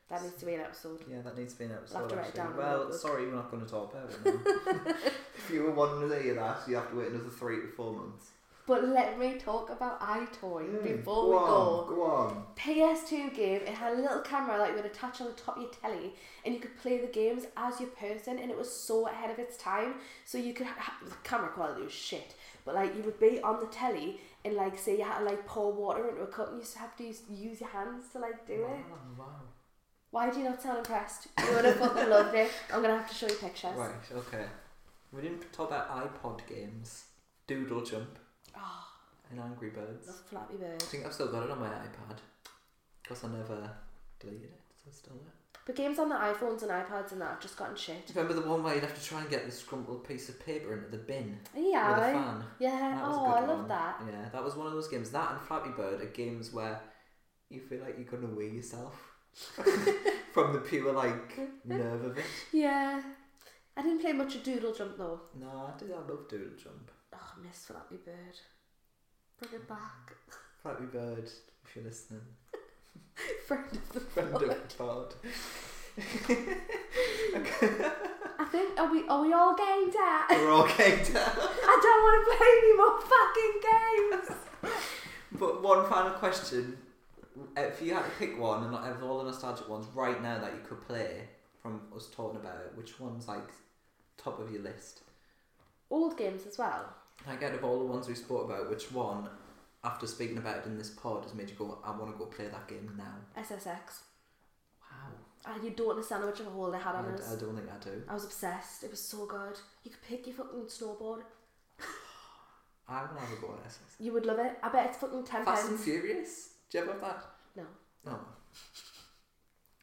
That needs to be an episode. Yeah, that needs to be an I'll have episode. to write it actually. down in the well, notebook. sorry, we're not going to talk about it. now. if you were wanting to hear that, you have to wait another three to four months. But let me talk about iToy Mm, before go we go. on, go on. PS2 game, it had a little camera that you would attach on the top of your telly, and you could play the games as your person, and it was so ahead of its time. So you could, ha- the camera quality was shit, but like you would be on the telly, and like say you had to like pour water into a cup, and you used to have to use, use your hands to like do it. Wow, wow. Why do you not sound impressed? You would have fucking loved it. I'm gonna have to show you pictures. Right, okay. We didn't talk about iPod games, Doodle Jump, Oh, and Angry Birds. the Flappy Bird. I think I've still got it on my iPad because I never deleted it. So it's still there. But games on the iPhones and iPads and that have just gotten Do shit. you remember the one where you'd have to try and get the scrumpled piece of paper into the bin with a Yeah. fan? Yeah. That was a Oh, good I one. love that. Yeah, that was one of those games. That and Flappy Bird are games where you feel like you're gonna wee yourself from the pure like nerve of it. Yeah. I didn't play much of Doodle Jump though. No, I did. I love Doodle Jump. Oh, I miss Flappy Bird. Bring it back. Flappy Bird, if you're listening, Friend of the friend of the pod. I think are we are we all gamed out? We're all caked out. I don't want to play any more fucking games. But one final question: If you had to pick one, and not of all the nostalgic ones right now that you could play from us talking about it, which one's like top of your list? Old games as well. Like out of all the ones we spoke about, which one, after speaking about it in this pod, has made you go, "I want to go play that game now"? SSX. Wow. And Ah, you don't understand how much of a hold I had I, on I us. don't think I do. I was obsessed. It was so good. You could pick your fucking snowboard. I will have a go at SS. You would love it. I bet it's fucking ten Fast and pence. Furious. Do you ever have that? No. No.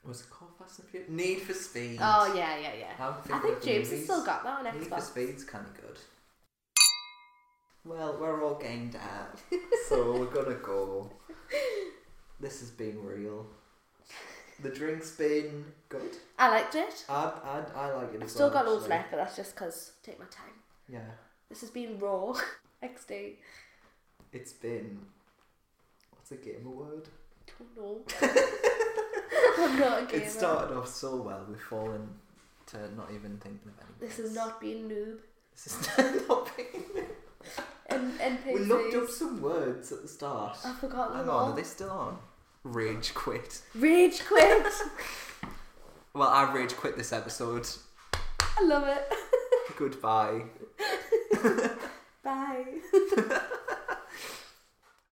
Was it called Fast and Furious? Need for Speed. Oh yeah, yeah, yeah. I'm I thinking think of the James has movies. still got that on Need for Xbox. Speed's kind of good. Well, we're all gamed out, so we're gonna go. This has been real. The drink's been good. I liked it. I I, I like it. I've as still well, got loads actually. left, but that's just because take my time. Yeah, This has been raw. XD. it's been. What's a gamer word? Don't know. I'm not a gamer. It started off so well. We've fallen to not even thinking of anything. This is not being noob. This is not being. And NPCs. We looked up some words at the start. I've forgotten Hang them on, all. are they still on? Rage quit. Rage quit. Well, I rage quit this episode. I love it. Goodbye. Bye.